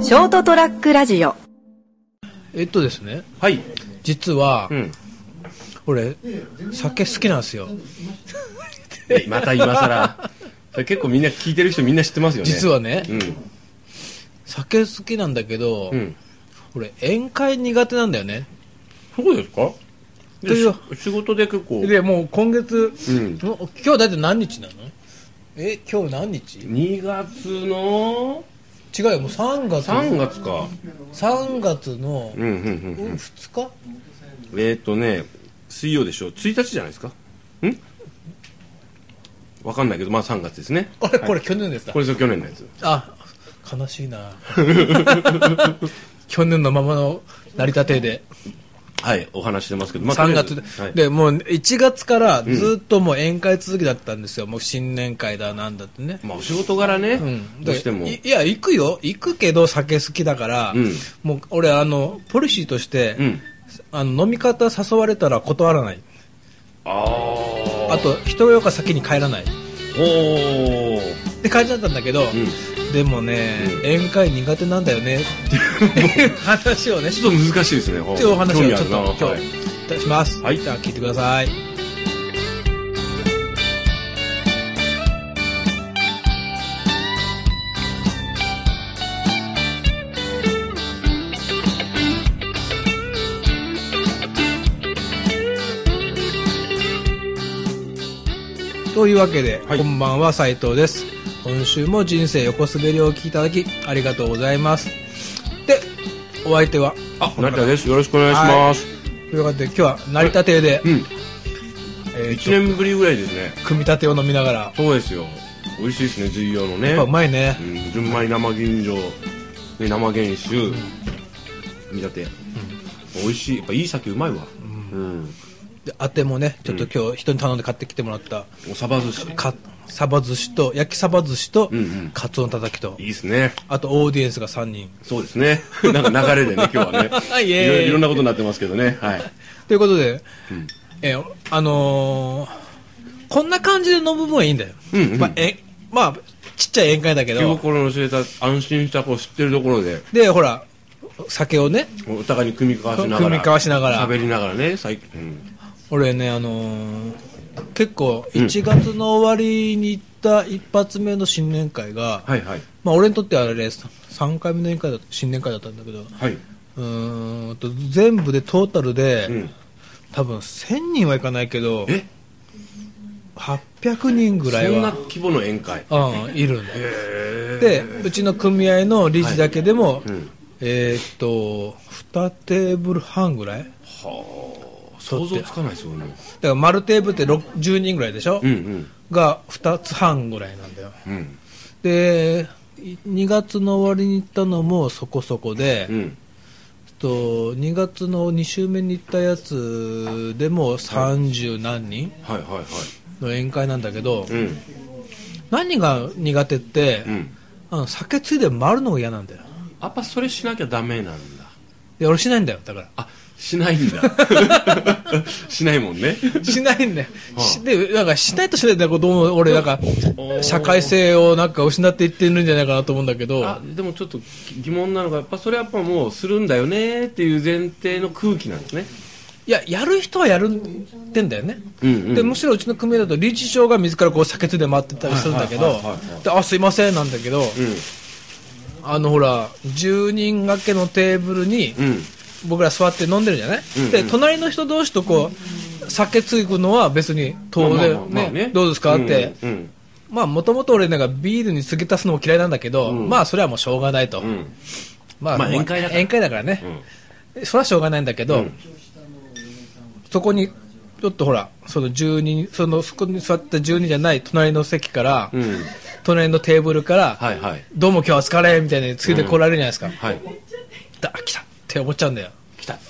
ショートトラックラジオえっとですねはい。実は、うん。俺酒好きなんですよまた今更。 それ結構みんな聞いてる人みんな知ってますよね。実はねうん。酒好きなんだけど、うん。俺宴会苦手なんだよねそうですかとでいうし仕事で結構。でもう今月、うん。の今日だって何日なのえ今日何日違2月のうよもう3月3月か。 3月のうんうんうんうん。 2日えーっとね、水曜でしょ。1日じゃないですか。んわかんないけど、まあ3月ですね。あれこれ去年ですか、これぞ去年のやつ。あ悲しいな 去年のままの成り立てではい、お話してますけど、まあ、 3月とりあえずで,、はいでもう1月からずっともう宴会続きだったんですよ、もう新年会だなんだってね、まあお仕事柄ね、うん、どうしても。いいや行くよ行くけど酒好きだから、うんもう俺あのポリシーとして、うん。あの飲み方誘われたら断らないああ。あと人よか先に帰らないっおお。て感じだったんだけど、うん。でもね、うん宴会苦手なんだよねっていう話をねちょっと難しいですね。っていうお話を興味ちょあっとる今日、なはいい、たします、はいじゃあ聞いてくださいというわけで、はいこんばんは斉藤です今週も人生横滑りをお聞きいただきありがとうございますでお相手はあ、成田です。よろしくお願いします。というわけで今日は成田亭で、うん。えー一と年ぶりぐらいですね。組み立てを飲みながら、そうですよ。美味しいですね、水曜のね。やっぱうまいねう、ん。純米生吟醸、ね生原酒、見立て。美味しい。やっぱいい酒うまいわ。うん。であてもねちょっと今日人に頼んで買ってきてもらった、おさば寿司。かサバ寿司と焼きサバ寿司と、うんうんカツオのたたきといいですね。あとオーディエンスが3人。そうですね。なんか流れでね、今日はね イエーイいろいろいろんなことになってますけどね。はい。ということで、えーあのーこんな感じで飲む分はいいんだよ、うんうんまあえまあちっちゃい宴会だけ気ど心の知れた、安心した、こう知ってるところで、でほら酒をねお互いに組み交わしながら。組み交わしながら喋りながらね、最近。うん俺ねあのー結構1月の終わりに行った一発目の新年会が、はいはい。まあ、俺にとってはあれ3回目の宴会だ新年会だったんだけどうはい。ーんと全部でトータルで、うん。多分1000人はいかないけどえ800人ぐらいそんなは、規模の宴会。うん、いるんだよでうちの組合の理事だけでも、うん。えーっと2テーブル半ぐらいだかはあ。想像つかないですよね。ら丸テーブルって6 10人ぐらいでしょ、うんが2つ半ぐらいなんだようん。うん。で2月の終わりに行ったのもそこそこで、うん。と2月の2週目に行ったやつでも30何人はいはいはの宴会なんだけど、い。うん。何が苦手って、うん。あの酒ついで回るのが嫌なんだよやっぱそれしなきゃダメなんだ。で俺しないんだよだかあ、しないん だ。しないもんね。らしないんだよ、はあしでなんかしないとしないとどうも俺なんかおー社会性をなんか失っていってるんじゃないかなと思うんだけどあ、でもちょっと疑問なのが、やっぱそれはやっぱもうするんだよねっていう前提の空気なんですね。いややる人はやるってんだよねうんでむしろうちの組合だと理事長が自らこう酒ついで回ってたりするんだけはいどはいはいはいはいであすいませんなんだけど、うあのほら10人掛けのテーブルにん。うん。僕ら座って飲んでるじゃない、うんうんで隣の人同士とこう酒つぐのは別に当然、まあまあまあねどうですかって、うんうん。まあもともと俺なんかビールに継ぎ足すのも嫌いなんだけど、うんまあそれはもうしょうがないと、うんうんまあまあ宴会だから宴会だからね、それはしょうがないんだけど、うんそこにちょっとほらその10人そのそこに座った10人じゃない隣の席から、うん。うん。隣のテーブルから、はいはい。どうも今日は疲れみたいについてこられるじゃないですか、はい。だ来たって思っちゃうんだよ来たって。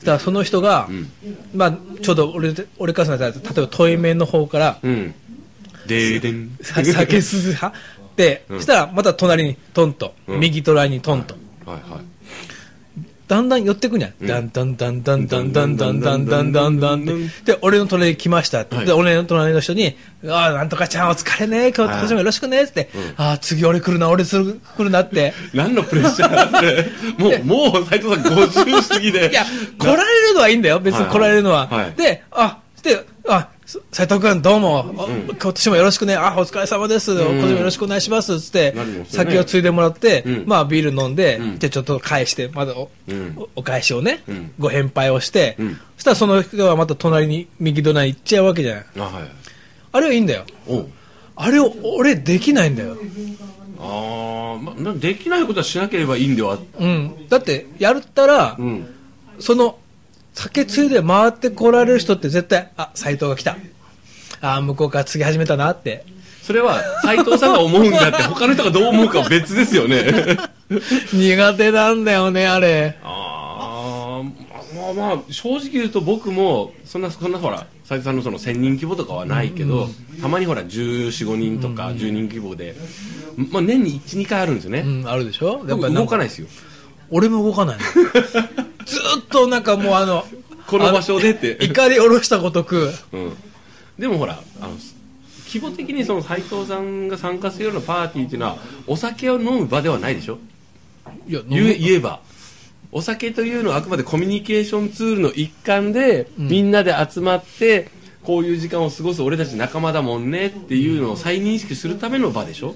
だからその人が、まあ、ちょうど俺で俺からすると例えば遠い面の方からうん。でーでん。さ酒すすはって、そしたらまた隣にトンと、右隣にトンとはいはい。だんだん寄ってくんやん。だんだんだんだんだんだんだんだんだんだんだんって。で、俺の隣に来ました。はいで、俺の隣の人に、ああ、なんとかちゃんお疲れね。今日、今年もよろしくね。って。ああ、次俺来るな、俺する来るなって。何のプレッシャー だってもうもう斉藤さん50過ぎでいや、来られるのはいいんだ よ、別にはい来られるのは。はいで、あ、で、あ、斉藤君どうも、お今年もよろしくね、あ、お疲れ様です、今年もよろしくお願いします、つってなりますよ、ね酒をついでもらって、うんまあビール飲んで、んで、ちょっと返して、まだお,、うんおお返しをね、うんご返杯をして、うんそしたらその人はまた隣に、右隣に行っちゃうわけじゃない。あはいあれはいいんだよ。おうあれを俺できないんだよ。ああ、ま、なできないことはしなければいいんではうん。だって、やったら、うんその酒ついで回ってこられる人って絶対あ斎藤が来たあ向こうからつぎ始めたなってそれは斉藤さんが思うん だって他の人がどう思うかは別ですよね 苦手なんだよねあれああまあまあ正直言うと僕もそんなそんなほら斉藤さんのその1000人規模とかはないけど、たまにほら1415人とか10人規模で、まあ、年に12回あるんですよね、うんあるでしょやっぱ僕り動かないないですよ俺も動かないのずーっとなんかもうあのこの場所でってあの怒り下ろしたごとくうん、でもほらあの規模的にその斉藤さんが参加するようなパーティーっていうのはお酒を飲む場ではないでしょいや言え言えばお酒というのはあくまでコミュニケーションツールの一環で、みんなで集まってこういう時間を過ごす俺たち仲間だもんねっていうのを再認識するための場でしょ、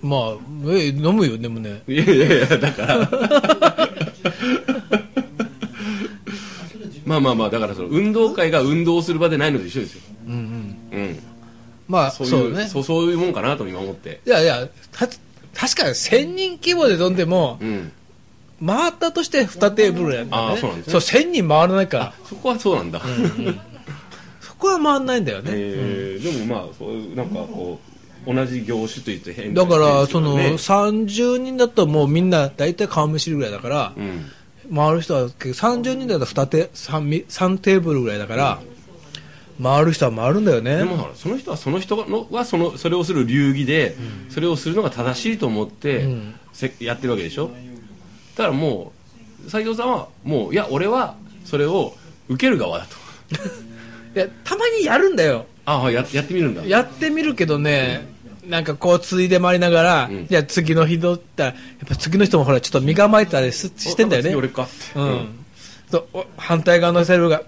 まあえ飲むよでもねいやいやいやだからまあまあまあだからその運動会が運動する場でないのと一緒ですようんうんうんまあそそうういうそう,、ねそういうもんかなと今思っていやいやた確かに1000人規模で飲んでもうん回ったとして2テーブルやんだよあーねそうなんですね1000人回らないからそこはそうなんだ、そこは回んないんだよね、 えーでもまあそういうなんかこう同じ業種といって変だから、その、ね30人だともうみんな大体顔見知りぐらいだからう、ん回る人は、30人だと2テ、3, 3テーブルぐらいだから、回る人は回るんだよでね。もほらその人はその人のはそのそれをする流儀で、それをするのが正しいと思って、うんせやってるわけでしょだからもう斉藤さんはもういや俺はそれを受ける側だといや、たまにやるんだよ。ああややってみるんだやってみるけどね、なんかこう、ついで回りながら、んじゃあ次の日どったら、やっぱ次の人もほら、ちょっと身構えたりすしてんだよね。おなんか次俺かって、うん、とお反対側のセルが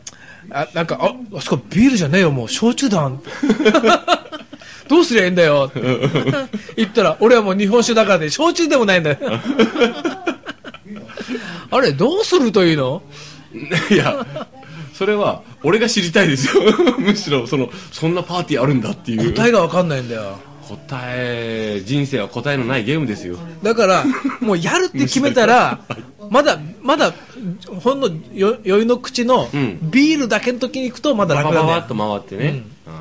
あなんかああそこビールじゃねえよもう焼酎だん どうすりゃいいんだよって言ったら俺はもう日本酒だからで焼酎でもないんだよ あれどうするといいの いや、それは俺が知りたいですよ。 むしろそのそんなパーティーあるんだっていう。答えが分かんないんだよ答え人生は答えのないゲームですよ。だからもうやるって決めたらまだまだほんのよ酔いの口のうんビールだけの時に行くとまだババ楽バなんだバよッと回ってね、あー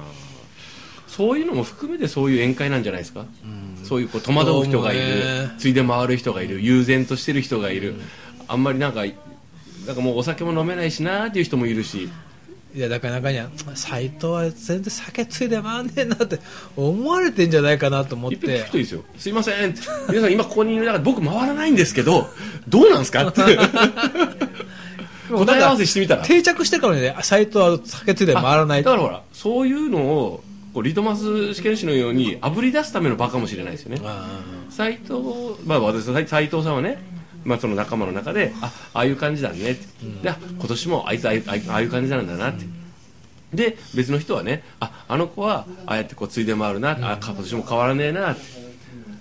そういうのも含めてそういう宴会なんじゃないですか。そういうこう戸惑う人がいるそうね、ついで回る人がいる、悠然としてる人がいる。あんまりなんかなんかもうお酒も飲めないしなーっていう人もいるし。いやだから中には斎藤は全然酒ついで回んねえなって思われてんじゃないかなと思っいっぺん聞てくといいですよ。すいませんって。皆さん今ここにいる中で僕回らないんですけど、どうなん ですかって。答え合わせしてみたら。定着してるからね斎藤は酒ついで回らないだからほらそういうのをこうリトマス試験紙のようにあぶり出すための場かもしれないですよね斎藤まあ私斎藤さんはねまあその仲間の中であああいう感じだねって、であ今年もあいつああいうああいう感じなんだなって、で別の人はねああの子はああやってこうついで回るな、あ今年も変わらねえなって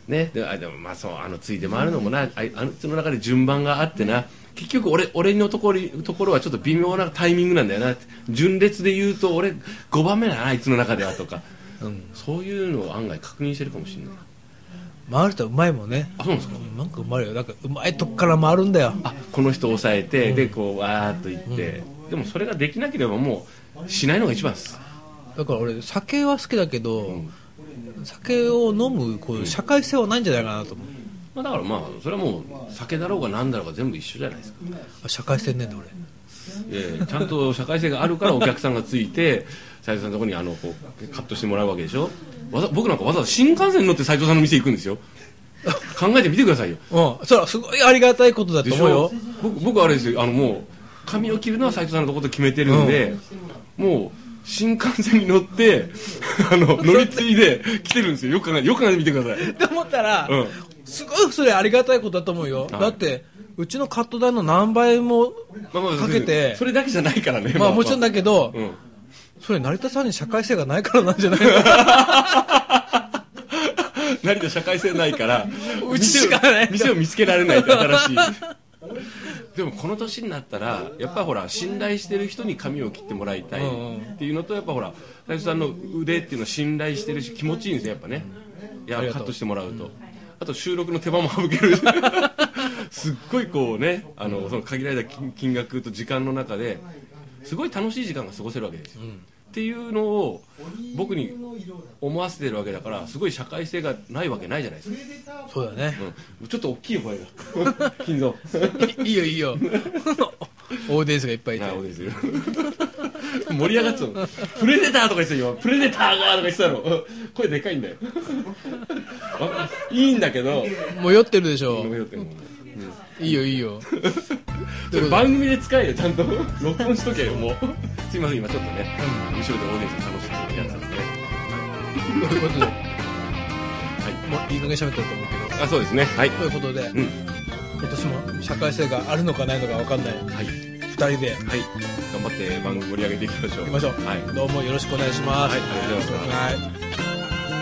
ねであでもまあそうあのついで回るのもなああのその中で順番があってな結局俺俺のところところはちょっと微妙なタイミングなんだよなって順列で言うと俺5番目だなあいつの中ではとか、そういうのを案外確認してるかもしれない回るとうまいもんねあそうなんですかうんなんかうまいよなんかうまいとこから回るんだよあこの人を抑えて、でこうわーっといって、でもそれができなければもうしないのが一番ですだから俺酒は好きだけど、酒を飲むこう社会性はないんじゃないかなと思うまあだからまあそれはもう酒だろうが何だろうが全部一緒じゃないですかあ社会性ねえんだ俺ええちゃんと社会性があるからお客さんがついて斉藤さんのところにあのこうカットしてもらうわけでしょわざ僕なんかわざわざ新幹線に乗って斉藤さんの店行くんですよ考えてみてくださいようん。そら、すごいありがたいことだと思うよ。僕僕あれですよあのもう髪を切るのは斉藤さんのとこと決めてるんで、もう新幹線に乗って あの乗り継いで来てるんですよよく考えよく考えてみてくださいって思ったら、うんすごいそれありがたいことだと思うよ。はいだって、うちのカット代の何倍もまあまあかけてそれだけじゃないからねまあもちろん だけけど、うんそれ成田さんに社会性がないからなんじゃないか成田社会性ないから うちしかない店を店を見つけられないって新しいでもこの年になったらやっぱほら信頼してる人に髪を切ってもらいたいっていうのとやっぱほら斉藤さんの腕っていうのを信頼してるし気持ちいいんですよやっぱねいやりがとうカットしてもらうとあと収録の手間も省け るすっごいこうねあのその限られた金金額と時間の中ですごい楽しい時間が過ごせるわけですよ、っていうのを僕に思わせてるわけだからすごい社会性がないわけないじゃないですか、そうだね。うんちょっと大きい声が 金蔵いいいよいい よ。オーディエンスがいっぱいいてな。おですよ 盛り上がってたのプレデターとか言ってたよプレデターがとか言ってたのうん 声でかいんだよわいいんだけどもう酔ってるでしょ。飲めよってもういいよいいよ。それ番組で使えよちゃんと録音しとけよもうすいません今ちょっとね後ろでオーディエンス楽しんでるやつなんでということで、もういい加減喋ってると思うけど。あそうですねはいということで、ん今年も社会性があるのかないのかわかんないはい2人ではい頑張って番組盛り上げていきましょういきましょう、はいどうもよろしくお願いします、はいありがとうございますはい